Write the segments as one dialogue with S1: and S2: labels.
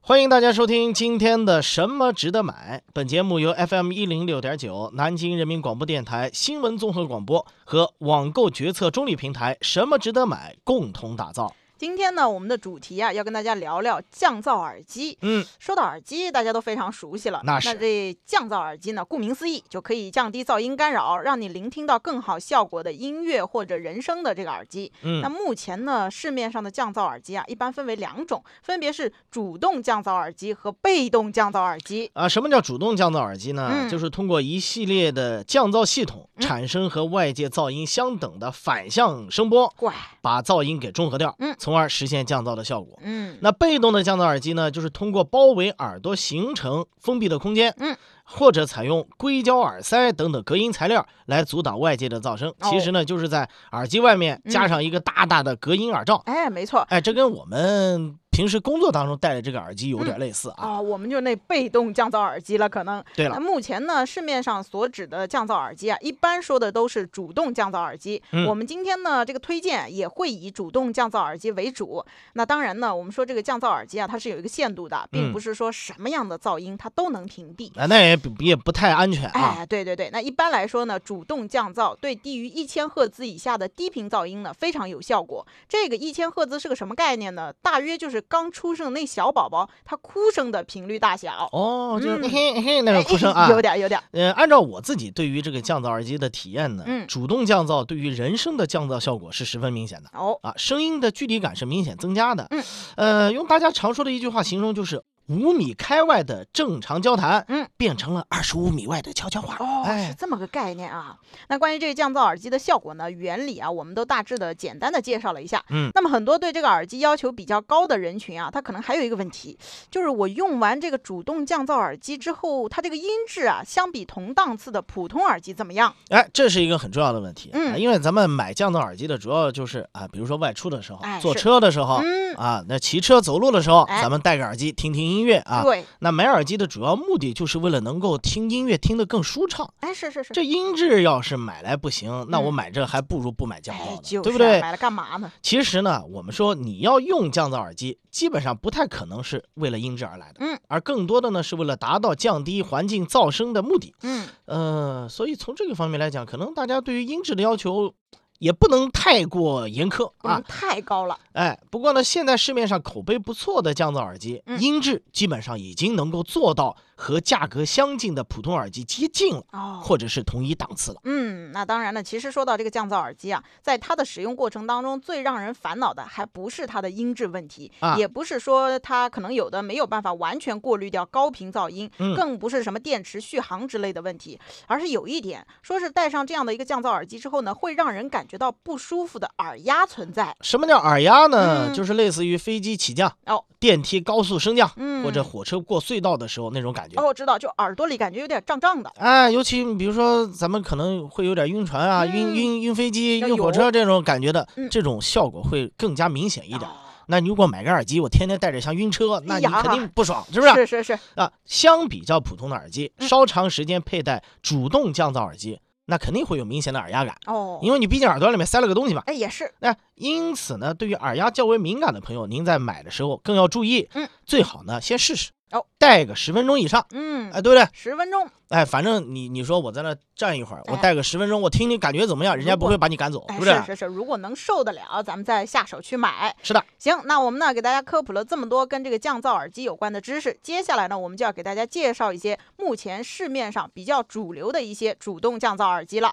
S1: 欢迎大家收听今天的《什么值得买》。本节目由 FM 一零六点九南京人民广播电台新闻综合广播和网购决策中立平台《什么值得买》共同打造。
S2: 今天呢，我们的主题啊，要跟大家聊聊降噪耳机。
S1: 嗯，
S2: 说到耳机，大家都非常熟悉了。
S1: 那是
S2: 这降噪耳机呢，顾名思义，就可以降低噪音干扰，让你聆听到更好效果的音乐或者人声的这个耳机。
S1: 嗯
S2: 那目前呢，市面上的降噪耳机啊，一般分为两种，分别是主动降噪耳机和被动降噪耳机。
S1: 啊，什么叫主动降噪耳机呢？
S2: 嗯
S1: 就是通过一系列的降噪系统
S2: 嗯
S1: 产生和外界噪音相等的反向声波，
S2: 怪，
S1: 把噪音给中和掉，
S2: 嗯
S1: 从而实现降噪的效果。
S2: 嗯，
S1: 那被动的降噪耳机呢，就是通过包围耳朵形成封闭的空间，
S2: 嗯，
S1: 或者采用硅胶耳塞等等隔音材料来阻挡外界的噪声。其
S2: 哦
S1: 实呢，就是在耳机外面
S2: 嗯
S1: 加上一个大大的隔音耳罩。
S2: 哎，没错。
S1: 哎，这跟我们平时工作当中戴的这个耳机有点类似啊。
S2: 啊、我们就那被动降噪耳机了，可能。
S1: 对
S2: 那
S1: 了，
S2: 目前呢，市面上所指的降噪耳机啊，一般说的都是主动降噪耳机。
S1: 嗯
S2: 我们今天呢，这个推荐也会以主动降噪耳机为主。那当然呢，我们说这个降噪耳机啊，它是有一个限度的，并
S1: 嗯
S2: 不是说什么样的噪音它都能屏蔽。
S1: 那也不也不太安全啊。
S2: 哎，对对对，那一般来说呢，主动降噪对低于一千赫兹以下的低频噪音呢非常有效果。这个一千赫兹是个什么概念呢？大约就是刚出生那小宝宝他哭声的频率大小。
S1: 哦，就是、
S2: 嗯
S1: 嘿嘿那个哭声啊。
S2: 有点儿有点儿。
S1: 呃，按照我自己对于这个降噪耳机的体验呢，
S2: 嗯
S1: 主动降噪对于人声的降噪效果是十分明显的。
S2: 哦，
S1: 啊，声音的距离感是明显增加的。
S2: 嗯，
S1: 呃，用大家常说的一句话形容就是。五米开外的正常交谈，
S2: 嗯，
S1: 变成了二十五米外的悄悄话。
S2: 哦，是
S1: 哎，
S2: 这么个概念啊。那关于这个降噪耳机的效果呢，原理啊，我们都大致的、简单的介绍了一下。
S1: 嗯，
S2: 那么很多对这个耳机要求比较高的人群啊，他可能还有一个问题，就是我用完这个主动降噪耳机之后，它这个音质啊，相比同档次的普通耳机怎么样？
S1: 哎，这是一个很重要的问题。
S2: 嗯
S1: 啊因为咱们买降噪耳机的主要就是啊，比如说外出的时候，
S2: 哎
S1: 坐
S2: 是
S1: 车的时候、
S2: 嗯，
S1: 啊，那骑车走路的时候，
S2: 哎
S1: 咱们戴个耳机听听音乐啊。
S2: 对，
S1: 那买耳机的主要目的就是为了能够听音乐听得更舒畅。
S2: 哎，是是是，
S1: 这音质要是买来不行，那我
S2: 嗯
S1: 买这还不如不买降噪
S2: 哎
S1: 呢，，
S2: 就是、啊、
S1: 对不对？
S2: 买了干嘛呢？
S1: 其实呢，我们说你要用降噪耳机，基本上不太可能是为了音质而来的，
S2: 嗯，
S1: 而更多的呢是为了达到降低环境噪声的目的。
S2: 嗯，
S1: 呃，所以从这个方面来讲，可能大家对于音质的要求也不能太过严苛
S2: 不能
S1: 啊。
S2: 太高了。
S1: 哎，不过呢，现在市面上口碑不错的降噪耳机，
S2: 嗯
S1: 音质基本上已经能够做到和价格相近的普通耳机接近了，
S2: 哦，
S1: 或者是同一档次了。
S2: 嗯，那当然了。其实说到这个降噪耳机啊，在它的使用过程当中，最让人烦恼的还不是它的音质问题，
S1: 啊
S2: 也不是说它可能有的没有办法完全过滤掉高频噪音，
S1: 嗯
S2: 更不是什么电池续航之类的问题，而是有一点，说是戴上这样的一个降噪耳机之后呢，会让人感觉到不舒服的耳压存在。
S1: 什么叫耳压呢？
S2: 嗯
S1: 就是类似于飞机起降、
S2: 哦、
S1: 电梯高速升降。
S2: 嗯，
S1: 或者火车过隧道的时候那种感觉。
S2: 哦，我知道，就耳朵里感觉有点胀胀的。
S1: 哎，尤其比如说咱们可能会有点晕船啊、晕
S2: 嗯
S1: 晕晕飞机、
S2: 要
S1: 晕火
S2: 有
S1: 车这种感觉的，
S2: 嗯
S1: 这种效果会更加明显一点。
S2: 哦
S1: 那你如果买个耳机，我天天戴着像晕车，那
S2: 哎
S1: 你
S2: 呀
S1: 肯定不爽，是不是
S2: 是是是，
S1: 啊？相比较普通的耳机，
S2: 嗯
S1: 稍长时间佩戴主动降噪耳机，那肯定会有明显的耳压感，
S2: 哦，
S1: 因为你毕竟耳朵里面塞了个东西嘛。
S2: 哎也是，
S1: 那因此呢，对于耳压较为敏感的朋友，您在买的时候更要注意，
S2: 嗯，
S1: 最好呢先试试，
S2: 哦，
S1: 戴个十分钟以上，
S2: 嗯，
S1: 哎，对不对？
S2: 十分钟，
S1: 哎，反正你你说我在那站一会儿，我
S2: 哎
S1: 戴个十分钟，我听听感觉怎么样，人家
S2: 如
S1: 不
S2: 果
S1: 会把你赶走，
S2: 哎
S1: 是不是？
S2: 是是是，如果能受得了，咱们再下手去买。
S1: 是的，
S2: 行，那我们呢给大家科普了这么多跟这个降噪耳机有关的知识，接下来呢我们就要给大家介绍一些目前市面上比较主流的一些主动降噪耳机了。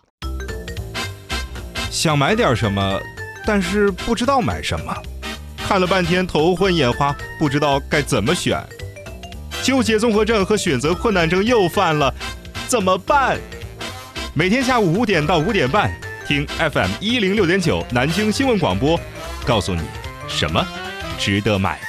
S3: 想买点什么，但是不知道买什么，看了半天头昏眼花，不知道该怎么选，纠结综合症和选择困难症又犯了，怎么办？每天下午五点到五点半，听 FM 一零六点九南京新闻广播，告诉你什么值得买。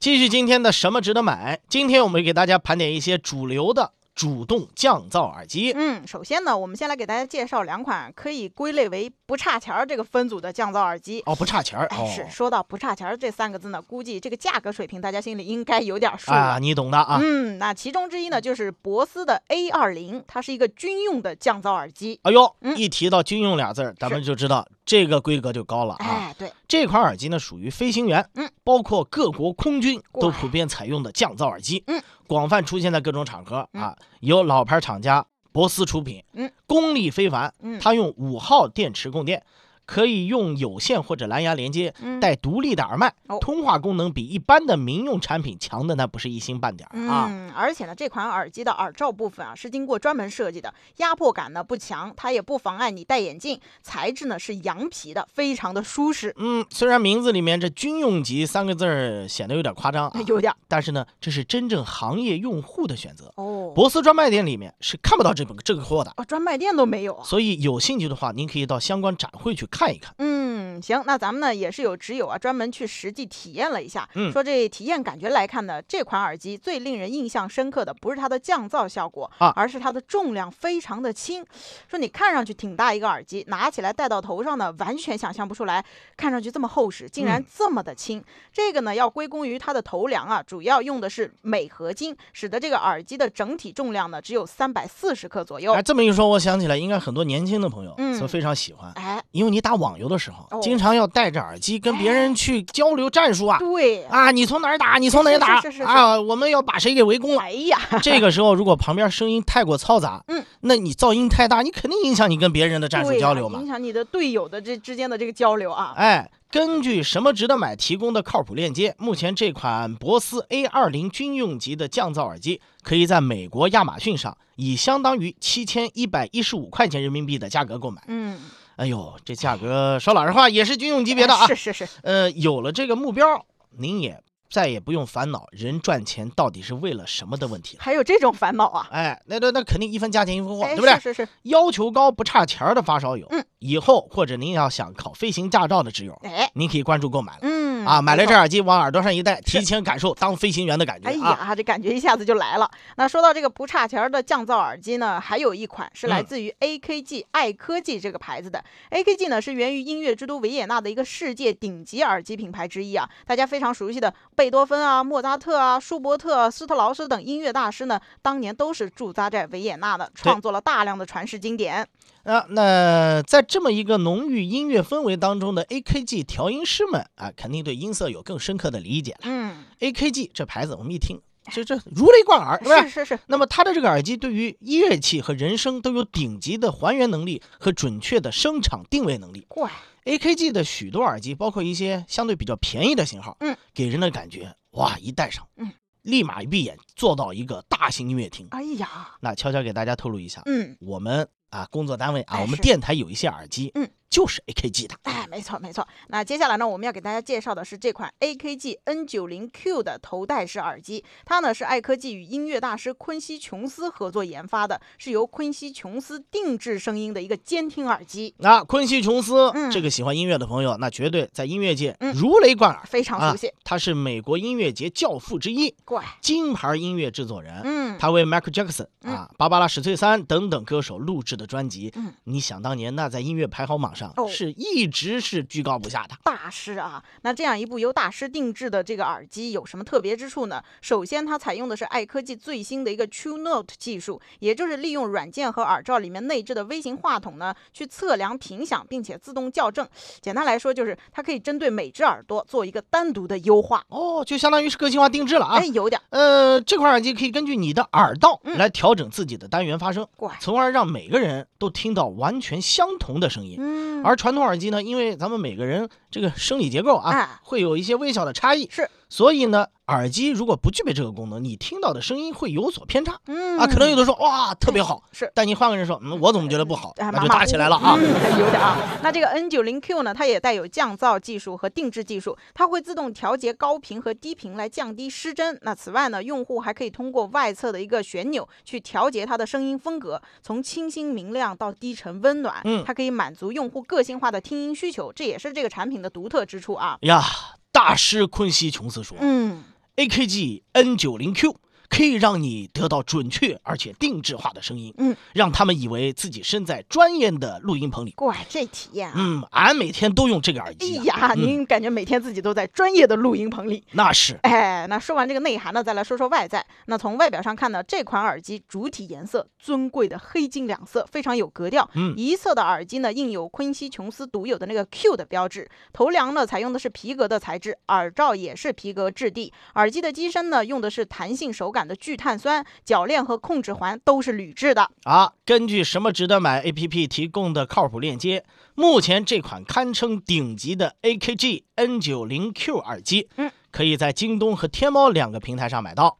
S1: 继续今天的什么值得买？今天我们给大家盘点一些主流的主动降噪耳机。
S2: 嗯，首先呢，我们先来给大家介绍两款可以归类为不差钱儿这个分组的降噪耳机。
S1: 哦，不差钱儿
S2: 哎，
S1: 哦
S2: 是说到不差钱儿这三个字呢，估计这个价格水平大家心里应该有点数了。
S1: 啊，你懂的啊。
S2: 嗯，那其中之一呢，就是博思的 A 二零，它是一个军用的降噪耳机。
S1: 哎呦，
S2: 嗯
S1: 一提到军用俩字儿，咱们就知道这个规格就高了啊。
S2: 哎，对，
S1: 这款耳机呢，属于飞行员，
S2: 嗯，
S1: 包括各国空军
S2: 哇
S1: 都普遍采用的降噪耳机，
S2: 嗯，
S1: 广泛出现在各种场合啊。由老牌厂家博斯出品，
S2: 嗯，
S1: 功力非凡，
S2: 嗯
S1: 它用五号电池供电，可以用有线或者蓝牙连接，
S2: 嗯，
S1: 带独立的耳麦
S2: 哦，
S1: 通话功能比一般的民用产品强的那不是一星半点儿啊。
S2: 嗯，而且呢，这款耳机的耳罩部分啊是经过专门设计的，压迫感呢不强，它也不妨碍你戴眼镜。材质呢是羊皮的，非常的舒适，
S1: 嗯，虽然名字里面这军用级三个字儿显得有点夸张啊，
S2: 有点儿
S1: 但是呢，这是真正行业用户的选择。
S2: 哦，
S1: 博斯专卖店里面是看不到这个这个货的，
S2: 哦，专卖店都没有啊。
S1: 所以有兴趣的话，您可以到相关展会去看一看。
S2: 嗯，行，那咱们呢也是有只友啊，专门去实际体验了一下。
S1: 嗯
S2: 说这体验感觉来看呢，这款耳机最令人印象深刻的不是它的降噪效果
S1: 啊
S2: 而是它的重量非常的轻。说你看上去挺大一个耳机，拿起来戴到头上呢，完全想象不出来，看上去这么厚实，竟然
S1: 嗯
S2: 这么的轻。这个呢要归功于它的头梁啊，主要用的是镁合金，使得这个耳机的整体重量呢只有三百四十克左右。
S1: 哎，这么一说，我想起来，应该很多年轻的朋友
S2: 嗯
S1: 都非常喜欢，
S2: 哎，
S1: 因为你打网游的时候
S2: 哦，
S1: 经常要戴着耳机跟别人去交流战术啊。
S2: 对，
S1: 啊，你从哪儿打？你从哪儿打
S2: 哎是是是是
S1: 啊？我们要把谁给围攻 了？
S2: 哎呀，
S1: 这个时候，如果旁边声音太过嘈杂，
S2: 嗯，
S1: 那你噪音太大，你肯定影响你跟别人的战术
S2: 对
S1: 交
S2: 呀
S1: 流嘛
S2: 影。响你的队友的这之间的这个交流啊。
S1: 哎，根据什么值得买提供的靠谱链接，目前这款博斯 A 二零军用级的降噪耳机，可以在美国亚马逊上以相当于七千一百一十五块钱人民币的价格购买。
S2: 嗯，
S1: 哎呦，这价格说老实话也是军用级别的啊
S2: 哎是。是是，
S1: 呃，有了这个目标，您也再也不用烦恼人赚钱到底是为了什么的问题了。
S2: 还有这种烦恼啊？
S1: 哎，那那那肯定一分价钱一分货，
S2: 哎，
S1: 对不对？
S2: 是是是，
S1: 要求高不差钱儿的发烧友，
S2: 嗯
S1: 以后或者您要想考飞行驾照的挚友，
S2: 哎，
S1: 您可以关注购买了。
S2: 嗯
S1: 啊，买了
S2: 没
S1: 这
S2: 错
S1: 耳机往耳朵上一戴，
S2: 是
S1: 提前感受当飞行员的感觉
S2: 哎
S1: 啊。
S2: 呀，这感觉一下子就来了。那说到这个不差钱儿的降噪耳机呢，还有一款是来
S1: 嗯
S2: 自于 AKG 爱科技这个牌子的。AKG 呢是源于音乐之都维也纳的一个世界顶级耳机品牌之一啊。大家非常熟悉的贝多芬啊、莫扎特啊、舒伯特、啊、斯特劳斯等音乐大师呢，当年都是驻扎在维也纳的，创作了大量的传世经典。
S1: 啊，那在这么一个浓郁音乐氛围当中的 AKG 调音师们啊，肯定对音色有更深刻的理解了。
S2: 嗯，
S1: AKG 这牌子我们一听，这这如雷贯耳，对吧
S2: 是？是是，
S1: 那么它的这个耳机对于乐器和人声都有顶级的还原能力和准确的声场定位能力。
S2: 哇，
S1: AKG 的许多耳机，包括一些相对比较便宜的型号，
S2: 嗯，
S1: 给人的感觉哇，一戴上，
S2: 嗯，
S1: 立马一闭眼坐到一个大型音乐厅。
S2: 哎呀，
S1: 那悄悄给大家透露一下，
S2: 嗯，
S1: 我们啊工作单位啊，
S2: 哎
S1: 我们
S2: 是
S1: 电台有一些耳机，
S2: 嗯，
S1: 就是 AKG 的。
S2: 哎，没错没错。那接下来呢，我们要给大家介绍的是这款 AKG N90Q 的头戴式耳机，它呢是爱科技与音乐大师昆西琼斯合作研发的，是由昆西琼斯定制声音的一个监听耳机，
S1: 啊，昆西琼斯、
S2: 嗯
S1: 这个喜欢音乐的朋友，那绝对在音乐界
S2: 嗯
S1: 如雷贯耳。
S2: 非常熟
S1: 啊
S2: 悉。，
S1: 他是美国音乐节教父之一，
S2: 怪、
S1: 金牌音乐制作人。
S2: 嗯，
S1: 他为 Michael Jackson
S2: 嗯
S1: 啊、芭芭拉·史翠珊等等歌手录制的专辑，
S2: 嗯
S1: 你想当年那在音乐排行榜上
S2: 哦
S1: 是一直是居高不下的。
S2: 大师啊，那这样一部由大师定制的这个耳机有什么特别之处呢？首先，它采用的是爱科技最新的一个 True Note 技术，也就是利用软件和耳罩里面内置的微型话筒呢，去测量频响，并且自动校正。简单来说，就是它可以针对每只耳朵做一个单独的优化。
S1: 哦，就相当于是个性化定制了啊。
S2: 哎，有点儿
S1: 呃，这款耳机可以根据你的耳道
S2: 嗯
S1: 来调整自己的单元发声，
S2: 怪，
S1: 从而让每个人都听到完全相同的声音。
S2: 嗯，
S1: 而传统耳机呢，因为咱们每个人这个生理结构啊，
S2: 啊
S1: 会有一些微小的差异，
S2: 是，
S1: 所以呢，耳机如果不具备这个功能，你听到的声音会有所偏差。
S2: 嗯
S1: 啊，可能有的说哇特别好，
S2: 是
S1: 但你换个人说，嗯，我怎么觉得不好，
S2: 哎
S1: 那
S2: 马
S1: 就
S2: 马
S1: 打起
S2: 虎
S1: 来了
S2: 虎
S1: 啊。
S2: 嗯哎有点啊。那这个 N 9 0 Q 呢，它也带有降噪技术和定制技术，它会自动调节高频和低频来降低失真。那此外呢，用户还可以通过外侧的一个旋钮去调节它的声音风格，从清新明亮到低沉温暖，
S1: 嗯
S2: 它可以满足用户个性化的听音需求，这也是这个产品的独特之处啊。
S1: 呀，大师昆西琼斯说
S2: 嗯，
S1: ，AKG N 9 0 Q 可以让你得到准确而且定制化的声音，
S2: 嗯，
S1: 让他们以为自己身在专业的录音棚里。
S2: 哇，这体验啊！
S1: 嗯，俺每天都用这个耳
S2: 哎
S1: 机、啊，
S2: 呀，
S1: 嗯
S2: 您感觉每天自己都在专业的录音棚里。
S1: 那是
S2: 哎，那说完这个内涵呢，再来说说外在。那从外表上看呢，这款耳机主体颜色尊贵的黑金两色，非常有格调。
S1: 嗯
S2: 一色的耳机呢，印有昆西琼斯独有的那个 Q 的标志。头梁呢，采用的是皮革的材质，耳罩也是皮革质地。耳机的机身呢，用的是弹性手感的聚碳酸，铰链和控制环都是铝制的。
S1: 啊。根据什么值得买 APP 提供的靠谱链接，目前这款堪称顶级的 AKG N90Q 耳机，
S2: 嗯，
S1: 可以在京东和天猫两个平台上买到，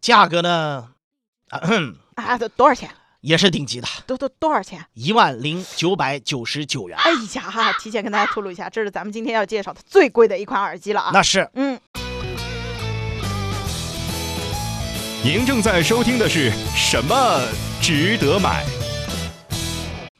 S1: 价格呢，啊、咳
S2: 啊，多多少钱？
S1: 也是顶级的，
S2: 多多多少钱？
S1: 一万零九百九十九元。
S2: 哎呀哈，提前跟大家透露一下，这是咱们今天要介绍的最贵的一款耳机了啊。
S1: 那是
S2: 嗯，
S3: 您正在收听的是什么值得买？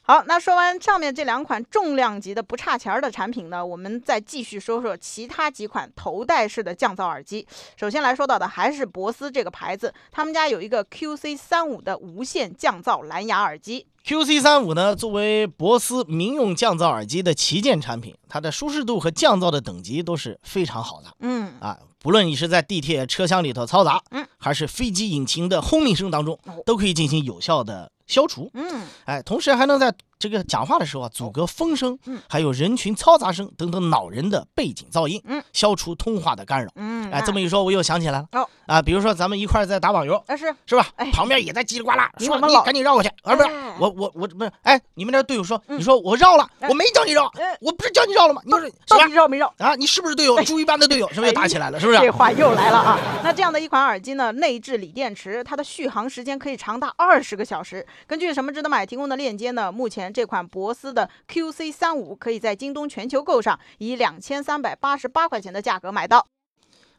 S2: 好，那说完上面这两款重量级的不差钱儿的产品呢，我们再继续说说其他几款头戴式的降噪耳机。首先来说到的还是博斯这个牌子，他们家有一个 QC 三五的无线降噪蓝牙耳机。
S1: QC 三五呢，作为博斯民用降噪耳机的旗舰产品，它的舒适度和降噪的等级都是非常好的
S2: 嗯，
S1: 啊。不论你是在地铁车厢里头嘈杂，
S2: 嗯，
S1: 还是飞机引擎的轰鸣声当中
S2: 哦，
S1: 都可以进行有效的消除。
S2: 嗯，哦
S1: 哎，同时还能在这个讲话的时候啊，阻隔风声
S2: 嗯，
S1: 还有人群嘈杂声等等恼人的背景噪音
S2: 嗯，
S1: 消除通话的干扰。
S2: 嗯，
S1: 哎，
S2: 那
S1: 这么一说，我又想起来了
S2: 哦
S1: 啊，比如说咱们一块儿在打网游，
S2: 但是
S1: 是吧
S2: 哎？
S1: 旁边也在叽里呱啦，
S2: 你
S1: 说
S2: 怎么
S1: 你
S2: 老
S1: 赶紧绕过去，啊，不是
S2: 哎，
S1: 我我我不是，哎，你们那队友说，
S2: 嗯
S1: 你说我绕了，
S2: 哎
S1: 我没叫你绕
S2: 哎，
S1: 我不是叫你绕了吗？你说什
S2: 到
S1: 么
S2: 底绕没绕？
S1: 啊？你是不是队友？
S2: 哎
S1: 猪一般的队友，是不是又打起来了？是不
S2: 这
S1: 是？
S2: 话又来了啊！那这样的一款耳机呢，内置锂电池，它的续航时间可以长达二十个小时。根据什么值得买提供的链接呢，目前这款博斯的 QC 三五可以在京东全球购上以两千三百八十八块钱的价格买到。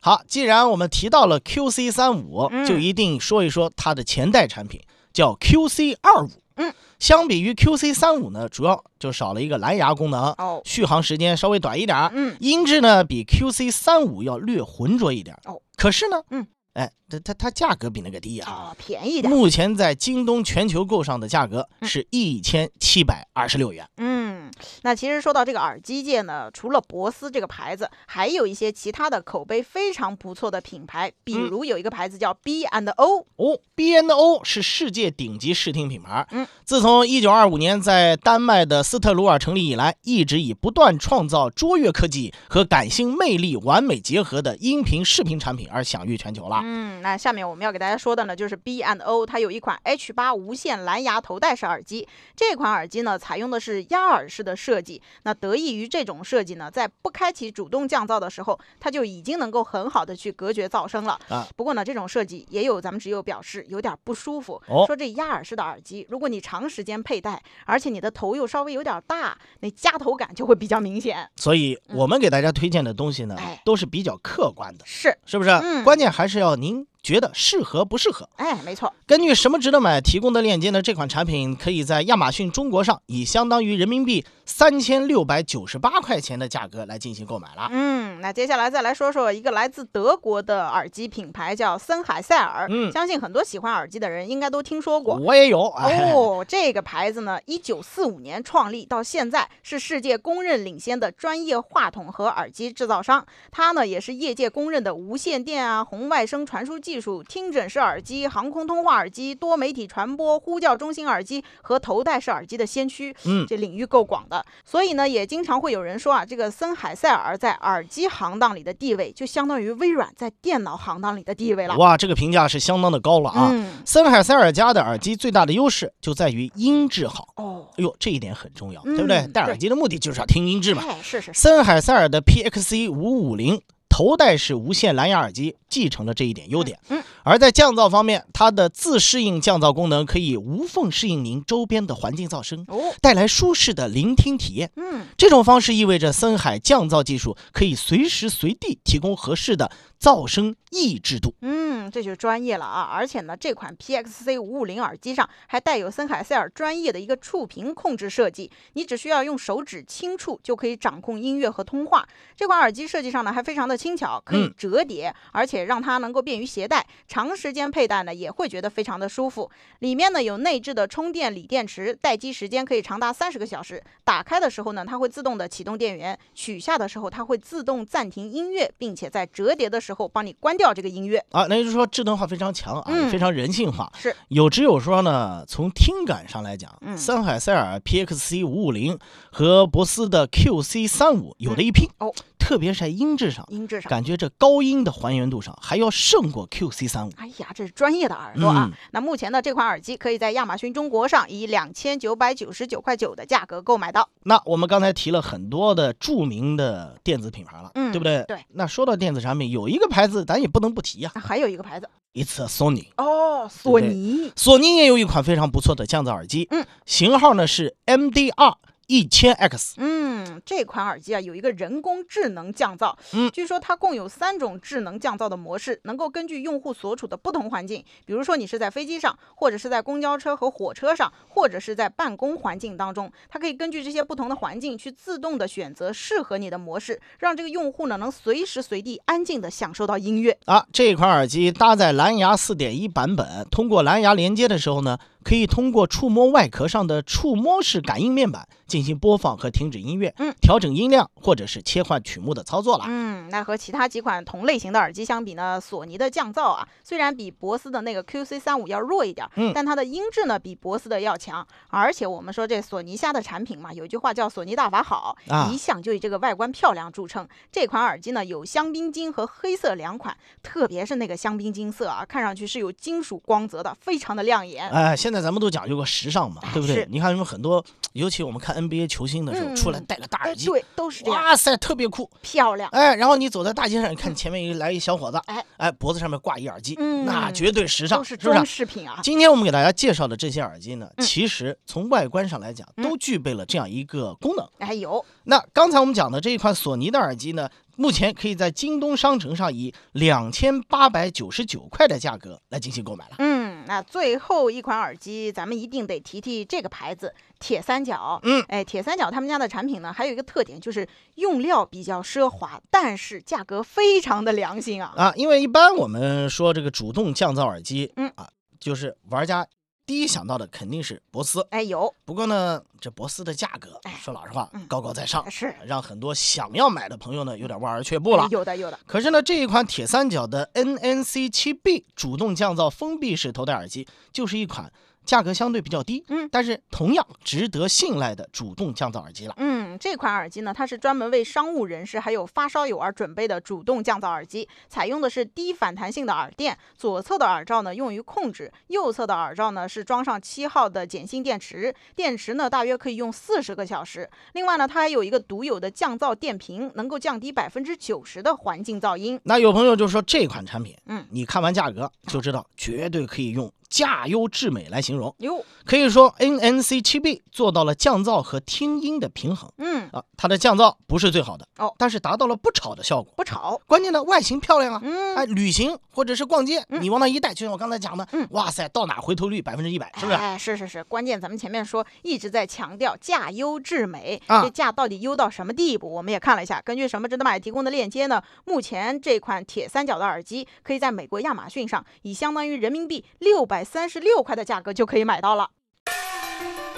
S1: 好，既然我们提到了 QC 三五，
S2: 嗯
S1: 就一定说一说它的前代产品，叫 QC 二五。
S2: 嗯，
S1: 相比于 QC 三五呢，主要就少了一个蓝牙功能，
S2: 哦，
S1: 续航时间稍微短一点儿，
S2: 嗯
S1: 音质呢比 QC 三五要略浑浊一点儿。
S2: 哦，
S1: 可是呢，
S2: 嗯，
S1: 哎，它它它价格比那个低啊。
S2: 哦，便宜点。
S1: 目前在京东全球购上的价格
S2: 嗯
S1: 是一千七百二十六元。
S2: 嗯，那其实说到这个耳机界呢，除了博斯这个牌子，还有一些其他的口碑非常不错的品牌，比
S1: 嗯
S2: 如有一个牌子叫 B and O。
S1: 哦，B&O 是世界顶级视听品牌。
S2: 嗯，
S1: 自从一九二五年在丹麦的斯特鲁尔成立以来，一直以不断创造卓越科技和感性魅力完美结合的音频视频产品而享誉全球了。
S2: 嗯，那下面我们要给大家说的呢，就是 B and O，它有一款 H 八无线蓝牙头戴式耳机。这款耳机呢，采用的是压耳式的设计。那得益于这种设计呢，在不开启主动降噪的时候，它就已经能够很好的去隔绝噪声了。
S1: 啊
S2: 不过呢，这种设计也有咱们只有表示有点不舒服，
S1: 哦
S2: 说这压耳式的耳机，如果你长时间佩戴，而且你的头又稍微有点大，那夹头感就会比较明显。
S1: 所以，
S2: 嗯
S1: 我们给大家推荐的东西呢
S2: 哎，
S1: 都是比较客观的，
S2: 是，
S1: 是不是？
S2: 嗯
S1: 关键还是要您觉得适合不适合。
S2: 哎，没错，
S1: 根据什么值得买提供的链接呢？这款产品可以在亚马逊中国上以相当于人民币三千六百九十八块钱的价格来进行购买了。
S2: 嗯，那接下来再来说说一个来自德国的耳机品牌，叫森海塞尔。
S1: 嗯
S2: 相信很多喜欢耳机的人应该都听说过。
S1: 我也有， 哎，
S2: 哦，这个牌子呢，一九四五年创立到现在，是世界公认领先的专业话筒和耳机制造商。它呢，也是业界公认的无线电啊、红外声传输技术、听诊式耳机、航空通话耳机、多媒体传播、呼叫中心耳机和头戴式耳机的先驱。
S1: 嗯，
S2: 这领域够广的，所以呢，也经常会有人说啊，这个森海塞尔在耳机行当里的地位，就相当于微软在电脑行当里的地位了。
S1: 哇，这个评价是相当的高了啊。
S2: 嗯，
S1: 森海塞尔家的耳机最大的优势就在于音质好，
S2: 哦，
S1: 哎呦，这一点很重要，
S2: 嗯
S1: 对不对？戴耳
S2: 对
S1: 机的目的就是要听音质嘛。
S2: 哎，是是是，
S1: 森海塞尔的 PXC 五五零头戴式无线蓝牙耳机继承了这一点优点。
S2: 嗯嗯
S1: 而在降噪方面，它的自适应降噪功能可以无缝适应您周边的环境噪声，
S2: 哦，
S1: 带来舒适的聆听体验。
S2: 嗯
S1: 这种方式意味着森海降噪技术可以随时随地提供合适的噪声抑制度。
S2: 嗯，嗯，这就是专业了啊！而且呢，这款 PXC 五五零耳机上还带有森海塞尔专业的一个触屏控制设计，你只需要用手指轻触就可以掌控音乐和通话。这款耳机设计上呢还非常的轻巧，可以
S1: 嗯
S2: 折叠，而且让它能够便于携带，长时间佩戴呢也会觉得非常的舒服。里面呢有内置的充电锂电池，待机时间可以长达三十个小时。打开的时候呢，它会自动的启动电源；取下的时候，它会自动暂停音乐，并且在折叠的时候帮你关掉这个音乐。
S1: 啊，那也就是说智能化非常强啊，
S2: 嗯
S1: 非常人性化。
S2: 是
S1: 有之有说呢，从听感上来讲，
S2: 嗯
S1: 森海塞尔 PXC 五五零和博斯的 QC 三五有的一拼、
S2: 嗯哦，
S1: 特别是在音质上，
S2: 音质上。
S1: 感觉这高音的还原度上还要胜过 QC 三五。
S2: 哎呀，这是专业的耳朵啊！
S1: 嗯
S2: 那目前的这款耳机可以在亚马逊中国上以两千九百九十九块九的价格购买到。
S1: 那我们刚才提了很多的著名的电子品牌了，
S2: 嗯
S1: 对不对？
S2: 对。
S1: 那说到电子产品，有一个牌子咱也不能不提啊呀、
S2: 那啊还有一个牌子
S1: i t s a Sony。
S2: 哦，索尼。
S1: 索尼也有一款非常不错的降噪耳机，
S2: 嗯，
S1: 型号呢是 MDR 一千 X。
S2: 嗯，这款耳机啊有一个人工智能降噪，
S1: 嗯
S2: 据说它共有三种智能降噪的模式，能够根据用户所处的不同环境，比如说你是在飞机上，或者是在公交车和火车上，或者是在办公环境当中，它可以根据这些不同的环境去自动的选择适合你的模式，让这个用户呢能随时随地安静的享受到音乐。
S1: 啊，这款耳机搭载蓝牙4.1版本，通过蓝牙连接的时候呢，可以通过触摸外壳上的触摸式感应面板进行播放和停止音乐，
S2: 嗯，
S1: 调整音量或者是切换曲目的操作了。
S2: 嗯，那和其他几款同类型的耳机相比呢，索尼的降噪啊，虽然比博斯的那个 QC 三五要弱一点儿，
S1: 嗯
S2: 但它的音质呢比博斯的要强。而且我们说这索尼下的产品嘛，有句话叫“索尼大法好”，
S1: 啊
S2: 一向就以这个外观漂亮著称。这款耳机呢有香槟金和黑色两款，特别是那个香槟金色啊，看上去是有金属光泽的，非常的亮眼。
S1: 哎，现在咱们都讲究个时尚嘛，对不对
S2: 哎是？
S1: 你看有很多，尤其我们看 NBA 球星的时候，
S2: 嗯
S1: 出来戴个大
S2: 哎，
S1: 耳机，
S2: 对，都是这样，
S1: 哇塞，特别酷。
S2: 漂亮。
S1: 哎，然后你走在大街上，你看前面一来一小伙子，
S2: 哎
S1: 哎，脖子上面挂一耳机，
S2: 嗯
S1: 那绝对时尚，
S2: 都是
S1: 不
S2: 装
S1: 是？
S2: 饰品啊，
S1: 今天我们给大家介绍的这些耳机呢，
S2: 嗯
S1: 其实从外观上来讲，
S2: 嗯
S1: 都具备了这样一个功能。
S2: 哎有，
S1: 那刚才我们讲的这一款索尼的耳机呢，目前可以在京东商城上以两千八百九十九块的价格来进行购买了。
S2: 嗯，那最后一款耳机，咱们一定得提提这个牌子铁三角。
S1: 嗯，
S2: 哎，铁三角他们家的产品呢，还有一个特点就是用料比较奢华，但是价格非常的良心啊。
S1: 啊，因为一般我们说这个主动降噪耳机，
S2: 嗯
S1: 啊，就是玩家第一想到的肯定是博斯。
S2: 哎，有
S1: 不过呢，这博斯的价格
S2: 哎，
S1: 说老实话
S2: 嗯，
S1: 高高在上，
S2: 是
S1: 让很多想要买的朋友呢有点望而却步啊了
S2: 哎。有的有的，
S1: 可是呢，这一款铁三角的 NNC 7 B 主动降噪封闭式头戴耳机，就是一款价格相对比较低，
S2: 嗯
S1: 但是同样值得信赖的主动降噪耳机了。
S2: 嗯，这款耳机呢，它是专门为商务人士还有发烧友而准备的主动降噪耳机，采用的是低反弹性的耳垫，左侧的耳罩呢用于控制，右侧的耳罩呢是装上七号的碱性电池，电池呢大约可以用四十个小时。另外呢，它还有一个独有的降噪电瓶，能够降低百分之九十的环境噪音。
S1: 那有朋友就说这款产品，
S2: 嗯
S1: 你看完价格就知道，绝对可以用价优质美来形容。
S2: 哟，
S1: 可以说 NNC 7 B 做到了降噪和听音的平衡
S2: 嗯，
S1: 啊，它的降噪不是最好的
S2: 哦
S1: 但是达到了不吵的效果。
S2: 不吵，
S1: 关键呢，外形漂亮啊，
S2: 嗯，
S1: 哎，旅行或者是逛街，
S2: 嗯
S1: 你往那一带，就像我刚才讲的，
S2: 嗯
S1: 哇塞，到哪回头率百分之一百，是不是？
S2: 哎，是是是，关键咱们前面说一直在强调价优质美，
S1: 啊
S2: 这价到底优到什么地步？我们也看了一下，根据什么值得买提供的链接呢，目前这款铁三角的耳机可以在美国亚马逊上以相当于人民币六百三十六块的价格就可以买到了。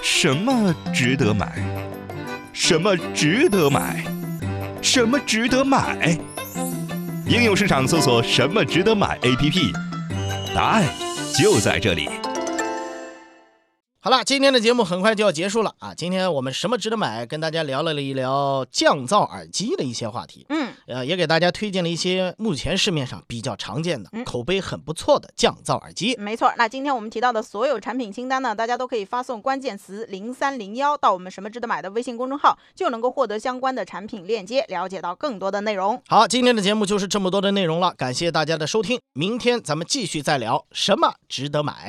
S3: 什么值得买？什么值得买？什么值得买？应用市场搜索“什么值得买 ”APP，答案就在这里。
S1: 好了，今天的节目很快就要结束了啊！今天我们什么值得买，跟大家聊了一聊降噪耳机的一些话题，
S2: 嗯，
S1: 呃，也给大家推荐了一些目前市面上比较常见的、
S2: 嗯
S1: 口碑很不错的降噪耳机。
S2: 没错。那今天我们提到的所有产品清单呢，大家都可以发送关键词零三零幺到我们什么值得买的微信公众号，就能够获得相关的产品链接，了解到更多的内容。
S1: 好，今天的节目就是这么多的内容了，感谢大家的收听，明天咱们继续再聊什么值得买。